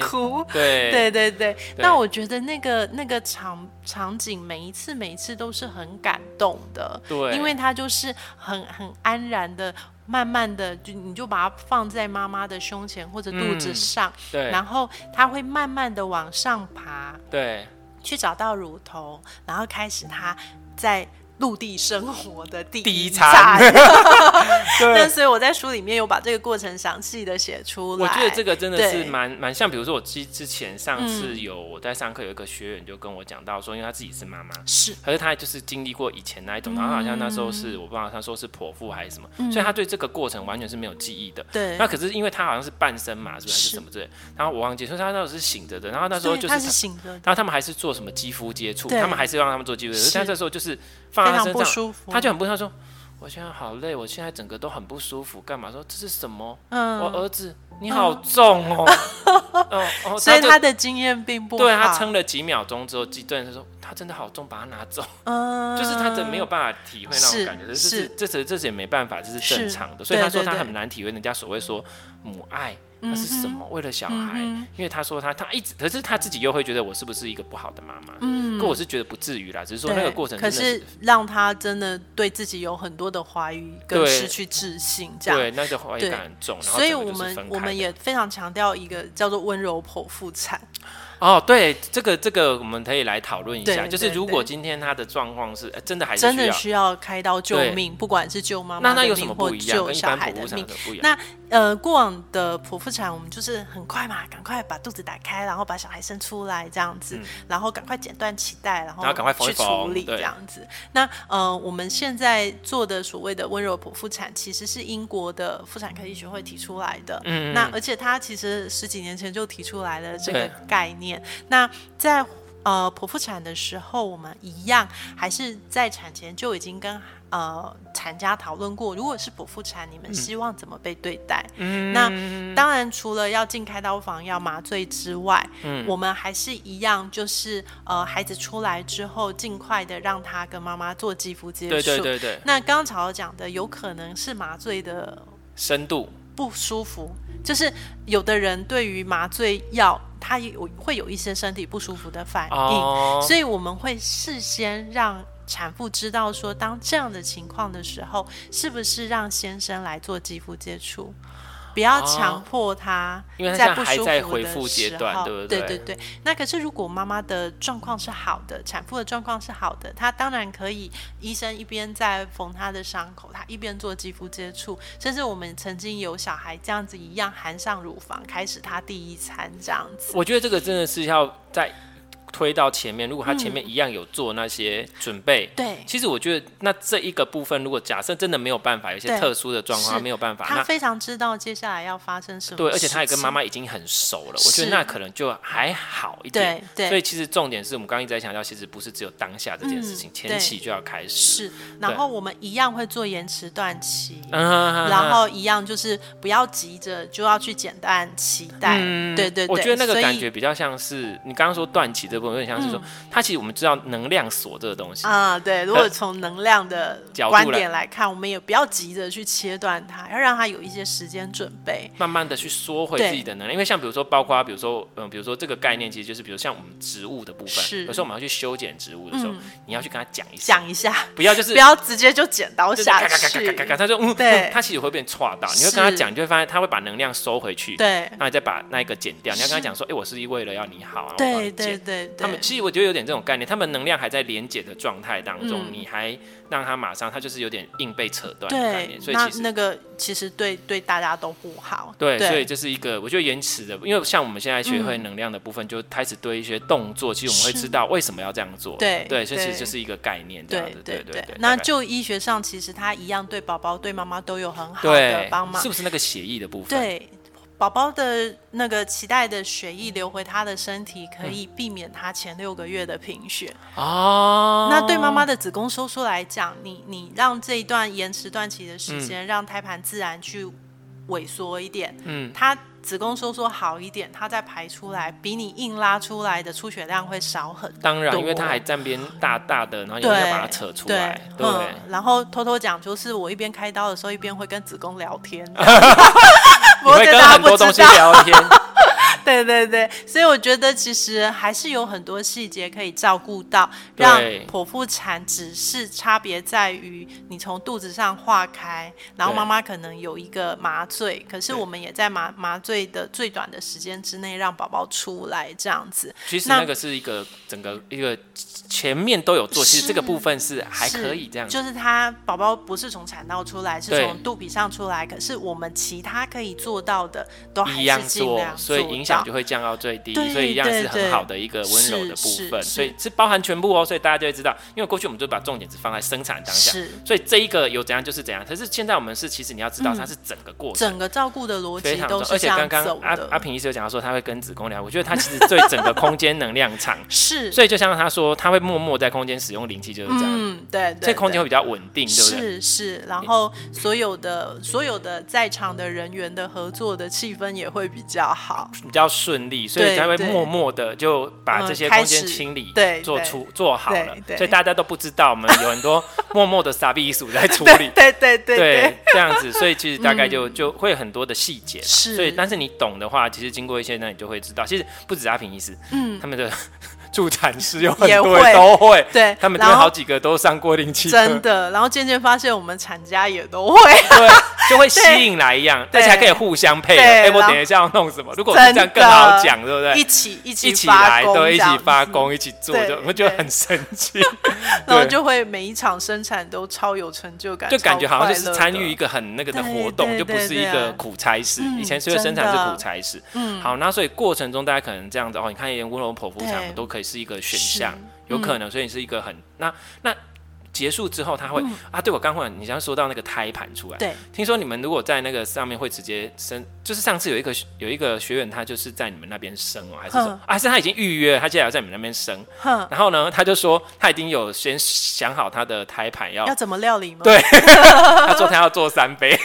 他哭。对对对对，那我觉得那个那个场场景，每一次每一次都是很感动的，对因为它就是很很安然的，慢慢的就你就把它放在妈妈的胸前或者肚子嗯上，对然后它会慢慢的往上爬，对去找到乳头，然后开始它在陆地生活的第第一一餐餐 那对。所以我在书里面有把这个过程详细的写出来。我觉得这个真的对嗯是蛮蛮像，比如说我之之前上次有我在上课有一个学员就跟我讲到说，因为他自己是妈妈，是可是他就是经历过以前那一种，然后好像那时候嗯是我不知道他说是剖腹还是什么，所以他对这个过程完全是没有记忆的。对那可是因为他好像是半身嘛，是不是还是是什么之类的？然后我忘记，所以他那时候是醒着的，然后那时候对，就是他是他醒着的。然后他们还是做什么肌肤接触，对他们还是让他们做肌肤接触，是但这时候就是放非在常他身不上，舒服他就很不舒服，他说我现在好累，我现在整个都很不舒服，干嘛？说这是什么？嗯我儿子你好重 哦，哦哦，所以就他的经验并不好，对他撑了几秒钟之后，记对他说他它真的好重，把它拿走，嗯，就是他真没有办法体会那种感觉，这是是是这是这是也没办法，这是是正常的。所以他说对对他对很难体会人家所谓说母爱。那是什么？为了小嗯孩，哼因为他说他他一直，可是他自己又会觉得我是不是一个不好的妈妈？嗯可我是觉得不至于啦，只是说对那个过程可真的是让他真的对自己有很多的怀疑跟对失去自信，这样对，那个怀疑对感很重，然后所以整个我就是们分我开们也非常强调一个叫做温柔剖腹产，哦，对，这个这个我们可以来讨论一下，对就是对如果对今天他的状况是、呃真的还是真需的要，需要开刀救对命，不管是救妈那妈那的有什命么或不一样？救跟一小般孩剖的腹产命的。不一样。那呃，过往的剖腹产，我们就是很快嘛，赶快把肚子打开，然后把小孩生出来这样子，嗯然后赶快剪断脐带，然后然后赶快缝一去处缝理对这样子。那呃，我们现在做的所谓的温柔剖腹产，其实是英国的妇产科医学会提出来的。嗯嗯那嗯而且他其实十几年前就提出来了这对个概念。那在呃剖腹产的时候，我们一样还是在产前就已经跟呃产家讨论过，如果是剖腹产，你们希望怎么被对待？嗯那当然，除了要进开刀房、要麻醉之外，嗯我们还是一样，就是呃孩子出来之后，尽快的让他跟妈妈做肌肤接触。对对对对，那刚刚曹讲的，有可能是麻醉的深度不舒服，就是有的人对于麻醉药，他有会有一些身体不舒服的反应，哦，哎所以我们会事先让产妇知道说，当这样的情况的时候，是不是让先生来做肌肤接触。不要强迫他，哦因为他不舒现服在还在的恢复阶段时候对不对对？对那可是如果妈妈的状况是好的，产妇的状况是好的，她当然可以，医生一边在缝她的伤口，她一边做肌肤接触，甚至我们曾经有小孩这样子一样含上乳房，开始他第一餐这样子。我觉得这个真的是要在推到前面，如果他前面一样有做那些准备。对，其实我觉得，那这一个部分，如果假设真的没有办法，有一些对特殊的状况是他没有办法，他那非常知道接下来要发生什么对，而且他也事跟情妈妈已经很熟了，我觉得嗯是那可能就还好一点对。对，所以其实重点是我们刚刚一直在强调，其实不是只有当下这件事情，嗯前期就要开始。是，然后我们一样会做延迟断期。嗯然后一样就是不要急着就要去剪断脐带，对对对，我觉得那个所以嗯感觉比较像是你刚刚说断气这部分，有点像是说，它其实我们知道能量锁这个东西，啊、对。如果从能量的角度观来点来看，我们也不要急着去切断它，要让它有一些时间准备。慢慢的去缩回对自己的能量。因为像比如说，包括比如说，嗯、比如说这个概念，其实就是比如像我们植物的部分，是嗯有时候我们要去修剪植物的时候，你要去跟他讲一下，想一下，不要就是不要直接就剪刀就是咔下咔咔咔咔咔，去，他就嗯，对嗯 他其实会变岔到，你会跟他是讲，你就会发现他会把能量收回去，对然后你再把那一个剪掉。你要跟他讲说，哎、我是为了要你好啊，我帮对你对剪。对对，他们其实我觉得有点这种概念，他们能量还在连接的状态当中，嗯你还让他马上，他就是有点硬被扯断的概对念，所，以那其实那个其实对对大家都不好，对，对嗯所以这是一个我觉得延迟的，因为像我们现在学会能量的部分，就开始对一些动作，其实我们会是知道为什么要这样做，嗯对对，所以其实对就是一个概念这样对子，对对对，那大概就医学上，其实它一样对宝宝、对妈妈都有很好的对帮忙是。不是那个协议的部分？对，宝宝的那个脐带的血液流回他的身体，可嗯以避免他前六个月的贫血。哦，那对妈妈的子宫收缩来讲，你你让这一段延迟断期的时间，让胎盘自然去萎缩一点，嗯，它子宫收缩好一点，它再排出来，比你硬拉出来的出血量会少很多。当然，因为他还站边大大的，然后有人要把它扯出来，对不对？嗯，然后偷偷讲，就是我一边开刀的时候，一边会跟子宫聊 天，这样不你过会这跟大家很不多东知西道。 聊天，对对对，所以我觉得其实还是有很多细节可以照顾到，对让剖腹产只是差别在于你从肚子上化开，然后对妈妈可能有一个麻醉，可是对我们也在麻麻醉的最短的时间之内让宝宝出来这样子。其实那那个是一个整个一个前面都有做，其实这个部分是还是可以这样子。就是他宝宝不是从产道出来，是对从肚皮上出来，可是我们其他可以做到的都还一样是尽做量，所以做影响到就会降到最低，对所以一样是对很对好的一个温柔的部是分，是所以是包含全部哦，所以大家就会知道，因为过去我们就把重点只放在生产当下，是所以这一个有怎样就是怎样，可是现在我们是其实你要知嗯道它是整个过程，整个照顾的逻非辑常重都，是而这且样刚刚走阿的。阿平医师有讲到说他会跟子宫聊，我觉得他其实对整个空间能量 场，是，所以就像他说，他会默默在空间使用灵气，就是这样，嗯，对对所以空间对会比较稳定，对不对？是是，然嗯后所有的所有的在场的人员的合作的气氛也会比较好，比较较顺利，所以对才会对默默的就把嗯这些开空间始清理对做对出做好了对，对所以大家都不知道我们有很多默默的傻逼艺术 在处理对。对对 对对，这样子，所以其实大概就、就会很多的细节啦，是所以但是你懂的话，其实经过一些那你就会知道，其实不止阿平医师，嗯，他们的助产师有很也多会都会，对他们都然后好几个都上过灵气课，真的。然后渐渐发现我们产家也都会，对，就会吸引来一样，对而且还可以互相配合。对哎，我然后等一下要弄什么？如果是真这的样更好讲，对不一对？起一起一起发来，功对，一这样起子发，功，一起做，对就我觉得对很神奇，然后对就会每一场生产都超有成就感，就感觉超好像就快乐是的参与一个很那个的对活对动，就不对是一对个苦差事。嗯以前所有生产真是的苦差事，嗯，好，那所以过程中大家可能这样子哦，你看连温柔剖腹对产都可以是一个选是嗯项，有可能，所以是一个很那那。结束之后，他会、啊，对我刚忽然你刚说到那个胎盘出来，嗯对听说你们如果在那个上面会直接生，就是上次有一个有一个学员，他就是在你们那边生哦，还是什么哼？啊还是他已经预约了，他接下来要在你们那边生。哼然后呢，他就说他已经有先想好他的胎盘要要，怎么料理吗？对 他说他要做三杯，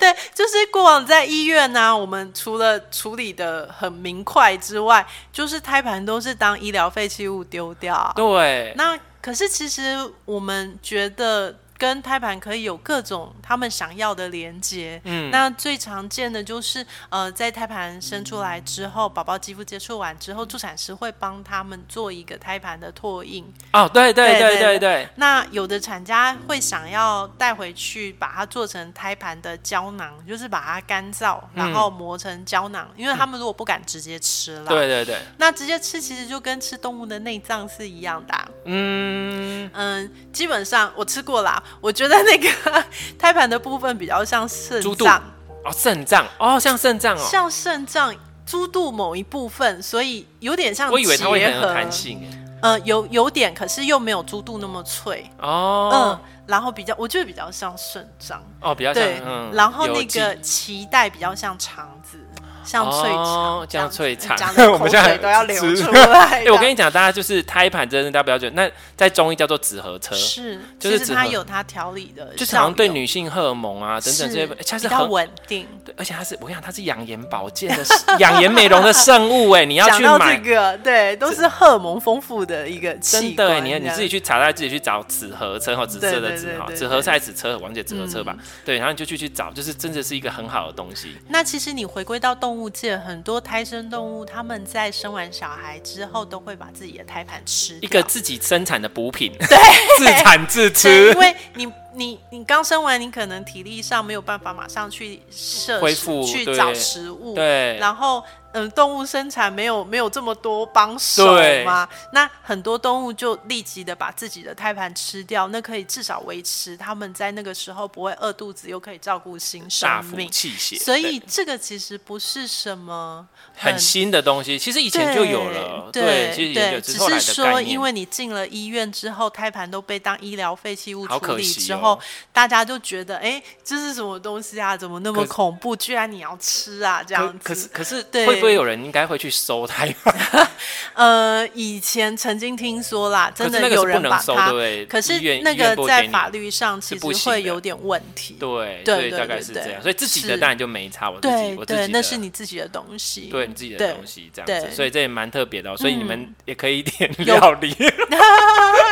对，就是过往在医院呢、我们除了处理的很明快之外，就是胎盘都是当医疗废弃物丢掉啊。 对，那可是其实我们觉得跟胎盘可以有各种他们想要的连接。嗯那最常见的就是呃，在胎盘生出来之后，宝宝肌肤接触完之后，助产师会帮他们做一个胎盘的拓印。哦，对对对对对对对，那有的产家会想要带回去，把它做成胎盘的胶囊，就是把它干燥，嗯然后磨成胶囊，因为他们如果不敢直接吃啦，对对对，那直接吃其实就跟吃动物的内脏是一样的啊、嗯，嗯，基本上我吃过啦，我觉得那个 胎盘的部分比较像肾猪肚脏，哦，肾脏，哦，像肾脏哦，像肾脏。猪肚某一部分，所以有点像我以为它会结很有合弹，性耶，呃，有有点，可是又没有猪肚那么脆，哦，嗯，然后比较，我觉得比较像肾脏，哦，比较像对，，嗯，然后有那机个脐带比较像肠子，像脆肠，哦，这样脆肠，讲的口水都要流出来。哎、我跟你你讲，大家就是胎盘真的大家不要觉得，那在中医叫做纸盒车，是，就其是实只它和有它调理的效用，就是好像对女性荷尔蒙啊等等这些，是哎它比是较很。稳定。对而且它是，我跟你讲，它是养颜保健的 养颜美容的圣物哎，你要讲去到买这，个，对，都是荷尔蒙丰富的一个器真的哎，官你这你样自己去查，大家自己去找纸盒车哈，紫色对的对纸哈，对对嗯纸盒车还是纸车，王姐纸盒车吧，对，然后你就去去找，就是真的是一个很好的东西，那其实你回归到动物界，很多胎生动物，它们在生完小孩之后，都会把自己的胎盘吃一掉个自己生产的补品，对，自产 自对吃因，为你你你刚生完，你可能体力上没有办法马上去摄恢食复去对找食物，对然后嗯，动物生产没有没有这么多帮手对嘛，那很多动物就立即的把自己的胎盘吃掉，那可以至少维持它们在那个时候不会饿肚子，又可以照顾新大生福命。气血，所对以这个其实不是什么很新的东西，其实以前就有了，对，其实以前对有，只后来是的概说，念。因为你进了医院之后，胎盘都被当医疗废弃物好处可理惜之哦后，大家就觉得，哎，这是什么东西啊？怎么那么可恐怖？居然你要吃啊？这样可子。可是可是对会不会有人应该会去收 胎盘？呃，以前曾经听说啦，真可是那的个有是不人把能收，它对不，对？可是医院那医院不个会在给你法律上其是不实行会的有点问题。对对所以对大概对是对这样，所以自己的是当然就没差，我自己对我自己的对，那是你自己的东西。对你自己的对东西这样子，对嗯所以这也蛮特别的、哦，所以你们也可以一点有料理，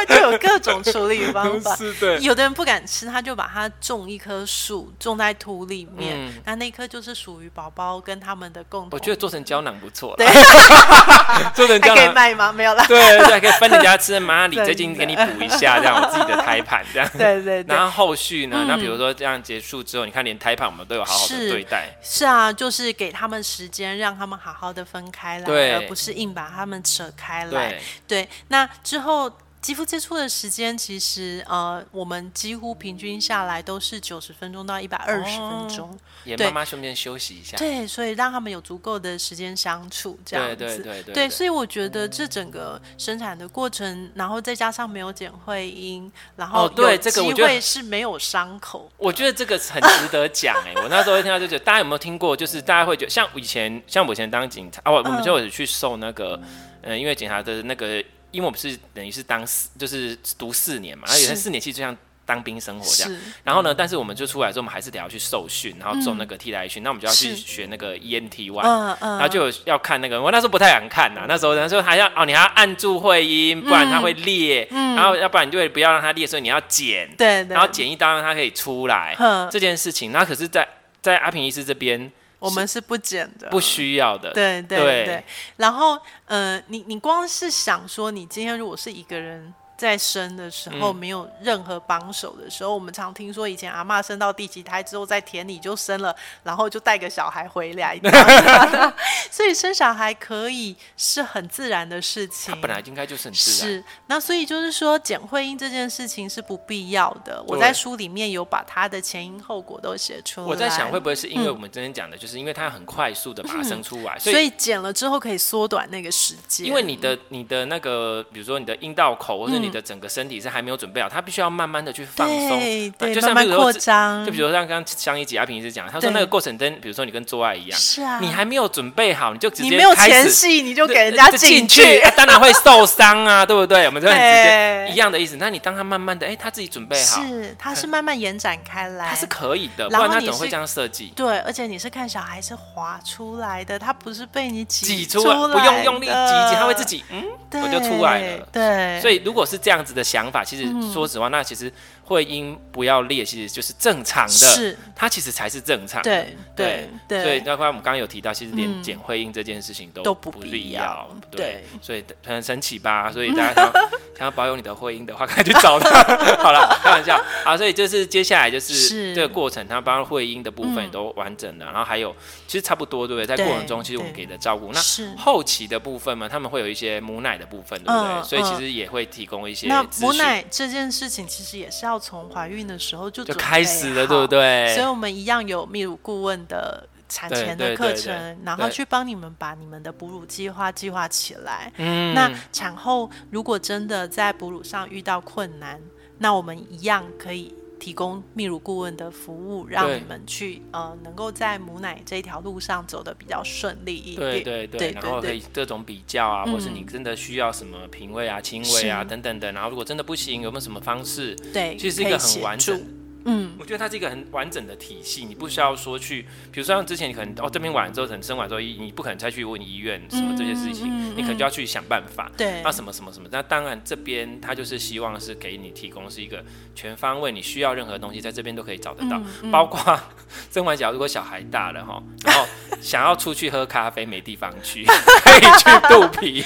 就有各种处理方法。 是的。 有的人不敢吃，他就把它种一棵树，种在土里面。嗯那那棵就是属于宝宝跟他们的共同。我觉得做成胶囊不错对啦，做成胶还可以囊。卖吗？没有啦。对对，还可以分人家吃。妈，你 真的最近给你补一下，这样我自己的胎盘这样。 对对对嗯然后后续呢？那比如说这样结束之后，你看连胎盘我们都有好好的是对待，是啊，就是给他们时间，让他们好好的分开对来，而不是硬把他们扯开来对。，对，那之后肌肤接触的时间，其实呃，我们几乎平均下来都是九十分钟到一百二十哦分钟。也对妈妈顺便休息一下。对，所以让他们有足够的时间相处，这样对子。对对对对，所以我觉得这整个生产的过程，然后再加上没有剪会阴，然后哦对有这个机我觉得会是没有伤口，我觉得这个很值得讲 哎、我那时候一听到就觉得，大家有没有听过？就是大家会觉得，像以前，像我以前当警察啊，我我嗯们就有去受那个，嗯、因为警察的那个，因为我们是等于是当四，就是读四年嘛，然后有些是四年其实就像当兵生活哦这样。是嗯然后呢，但是我们就出来之后，我们还是得要去受训，然后受那个替代役训。那我们就要去是学那个 E ENT one，、嗯嗯，然后就有要看那个，我那时候不太敢看呐、那时候那时候还要哦，你还要按住会嗯阴，不然它会裂，然后要不然你就会不要让它裂，所以你要剪，对对，然后剪一刀让它可以出来哼，这件事情。那可是在，在阿平医师这边我们是不剪的，不需要的，呃对对对对，然后呃，你你光是想说，你今天如果是一个人在生的时候，嗯没有任何帮手的时候，我们常听说以前阿嬷生到第几胎之后，在田里就生了，然后就带个小孩回来，这样子 所以生小孩可以是很自然的事情。它本来应该就是很自然。是，那所以就是说，剪会阴这件事情是不必要的。我在对书里面有把它的前因后果都写出来。我在想，会不会是因为我们之前讲的，就是因为它很快速的把它生出来，嗯所以剪了之后可以缩短那个时间，因为你的你的那个，比如说你的阴道口或者你的嗯整个身体是还没有准备好，它必须要慢慢的去放松，对呃对，就像慢慢比如说扩这张，就比如像刚刚香一姐阿平时讲，她说对那个过程跟比如说你跟做爱一样，是啊，你还没有准备好，你就直你接没有开前始戏，你就对给人家就进去，啊当然会受伤啊，对不对？我们就很直接对一样的意思。那你当他慢慢的，哎，他自己准备好，是它是慢慢延展开来，他是可以的，不然后然他你怎么会是这样设计？对，而且你是看小孩是滑出来的，他不是被你挤挤出出来不用用力挤一挤，他他会自，己嗯，对我就出来了。对，嗯所以以如果是这样子的想法，其实说实话，那其实会因不要裂，其实就是正常的，是它其实才是正常的。对对对，所以那块我们刚刚有提到，其实连嗯剪会阴这件事情都都不不是必要要，对对，所以很神奇吧？所以大家想要 想要保有你的会阴的话，赶快去找他。 好了，开玩笑啊！所以就是接下来就是是嗯这个过程，他帮会阴的部分也都完整了，然后还有其实差不多，对不对？在过程对中，其实我们对给的照顾，那是后期的部分嘛，他们会有一些母奶的部分，对不对？嗯所以其嗯实也会提供一些那资母讯奶这件事情其实也是要从怀孕的时候就就准备开始了，好对不？对？所以我们一样有泌乳顾问的产对前对的课对对程，然后对去帮你们把你们的哺乳计划计划起来。嗯那产后如果真的在哺乳上遇到困难，那我们一样可以。提供泌乳顾问的服务，让对你们去呃，能够在母奶这条路上走得比较顺利一对点。对对，对然后可以各种比较啊，或是嗯你真的需要什么平胃啊、亲胃啊是等等的，然后如果真的不行，有没有什么方式？对，其实是一可以个很协完助整，嗯，我觉得它是一个很完整的体系，你不需要说去，比如说像之前你可能哦这边完之后，可能生完之后，医你不可能再去问医院什么这些事情，嗯嗯你可能就要去想办法。对啊那什么什么什么，那当然这边他就是希望是给你提供是一个全方位，你需要任何东西在这边都可以找得到，包括 生完小孩如果小孩大了哈，然后想要出去喝咖啡没地方去， 可以去肚皮，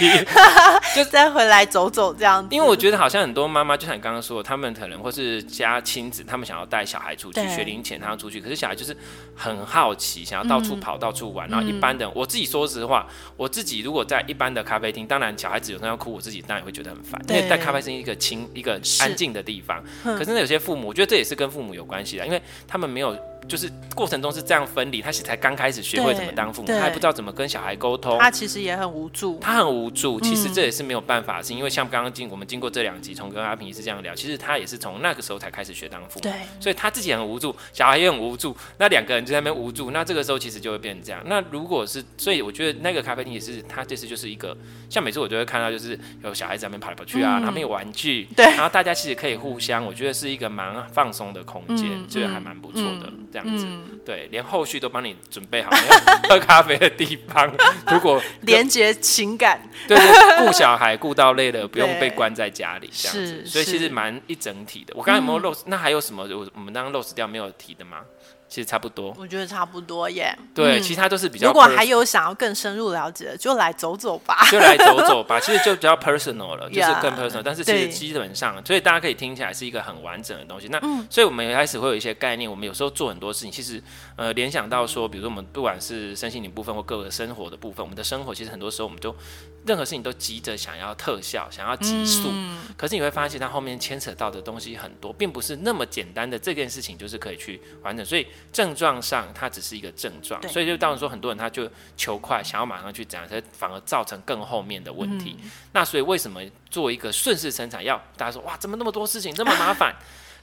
再回来走走这样子。因为我觉得好像很多妈妈，就像你刚刚说的，他们可能或是家亲子，他们想要带小孩出去，对学龄前他要出去，可是小孩就是很好奇，想要到处跑、到处玩。然后嗯一般的，我自己说实话，我自己如果在一般的咖啡厅，当然小孩子有时候要哭，我自己当然会觉得很烦，因对为在咖啡厅一个清一个是安静的地方。可是呢有些父母，我觉得这也是跟父母有关系的，因为他们没有。就是过程中是这样分离，他是才刚开始学会怎么当父母，对他还不知道怎么跟小孩沟通，他其实也很无助。他很无嗯助，其实这也是没有办法，是因为像刚刚经我们经过这两集，从跟阿平也是这样聊，其实他也是从那个时候才开始学当父母对，所以他自己很无助，小孩也很无助，那两个人就在那边无助，那这个时候其实就会变成这样。那如果是，所以我觉得那个咖啡厅也是，他这次就是一个，像每次我就会看到就是有小孩子在那边跑来跑去啊，他们有玩具，嗯对然后大家其实可以互相，我觉得是一个蛮放松的空间，嗯觉得还蛮不错的嗯这样子。对，连后续都帮你准备好，没有喝咖啡的地 方。如果连接情感， 对对，顾小孩顾到累了，不用被对关在家里这样子，是所以其实是嗯蛮一整体的。我刚才有没有漏？那还有什么？我我们刚刚漏 o 掉没有提的吗？其实差不多。我觉得差不多耶。对，嗯其他都是比较。如果还有想要更深入了解的，就来走走吧。就来走走吧，其实就比较 personal 了，就是更 personal。但是其实对基本上，所以大家可以听起来是一个很完整的东西。那、嗯所以我们一开始会有一些概念，我们有时候做很多事情，其实呃联想到说，比如说我们不管是身心灵部分或各个生活的部分，我们的生活其实很多时候我们就任何事情都急着想要特效，想要急速。嗯可是你会发现，它后面牵扯到的东西很多，并不是那么简单的这件事情就是可以去完整。所以症状上它只是一个症状，对所以就当然说很多人他就求快，想要马上去怎样，所以反而造成更后面的问题。嗯那所以为什么做一个顺势生产要大家说哇，怎么那么多事情这么麻 烦？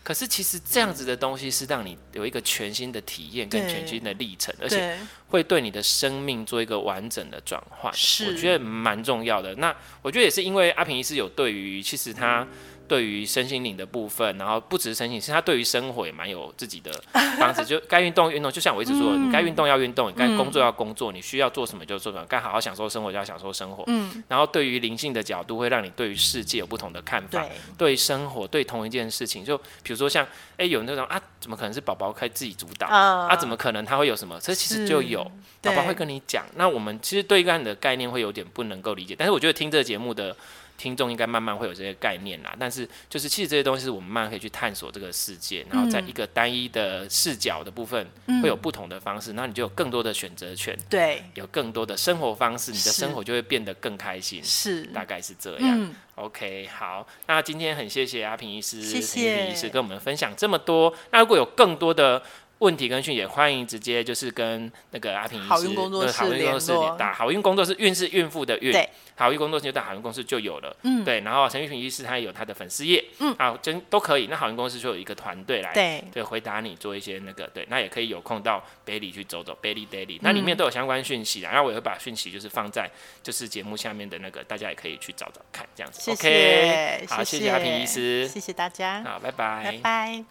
可是其实这样子的东西是让你有一个全新的体验跟对全新的历程，而且对，会对你的生命做一个完整的转换，是我觉得蛮重要的。那我觉得也是因为阿平医师有对于其实他对于身心灵的部分，然后不只是身心，是他对于生活也蛮有自己的方式。就该运动运动，就像我一直说，的，你该运动要运动，你该工作要工作，你需要做什么就做什么，该好好享受生活就要享受生活。嗯，然后对于灵性的角度，会让你对于世界有不同的看法，对，对生活，对同一件事情，就比如说像，哎，有那种啊，怎么可能是宝宝可以自己主导？啊啊，怎么可能他会有什么？这其实就是有，对宝宝会跟你讲。那我们其实对个案的概念会有点不能够理解，但是我觉得听这个节目的听众应该慢慢会有这些概念啦。但是就是其实这些东西是我们慢慢可以去探索这个世界，然后嗯在一个单一的视角的部分、会有不同的方式，那你就有更多的选择权，对有更多的生活方式，你的是生活就会变得更开心。是，大概是这样。嗯， OK，好，那今天很谢谢阿平医师、谢陈谢玉平医师跟我们分享这么多。那如果有更多的问题跟讯，也欢迎直接就是跟那个阿平医师、好运工作对室好运工作室联络联打好运工作室，运是孕妇的运，对，好运工作室就打好运公司就有了。嗯对，然后陈玉平医师他也有他的粉丝页，嗯啊，真都可以。那好运公司就有一个团队来对对，回答你做一些那个对，那也可以有空到 Bailey 去走走 Bailey Daily，那里嗯面都有相关讯息啦。然后我也会把讯息就是放在就是节目下面的那个，大家也可以去找找看这样子。谢 OK，谢，好，谢谢阿平医师，谢谢大家，好，拜拜，拜拜。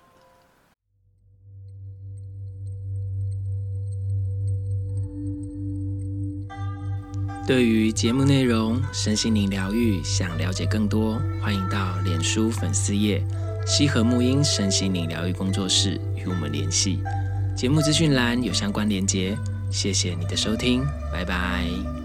对于节目内容、身心灵疗愈，想了解更多，欢迎到脸书粉丝页“西河沐音身心灵疗愈工作室”与我们联系。节目资讯栏有相关连结。谢谢你的收听，拜拜。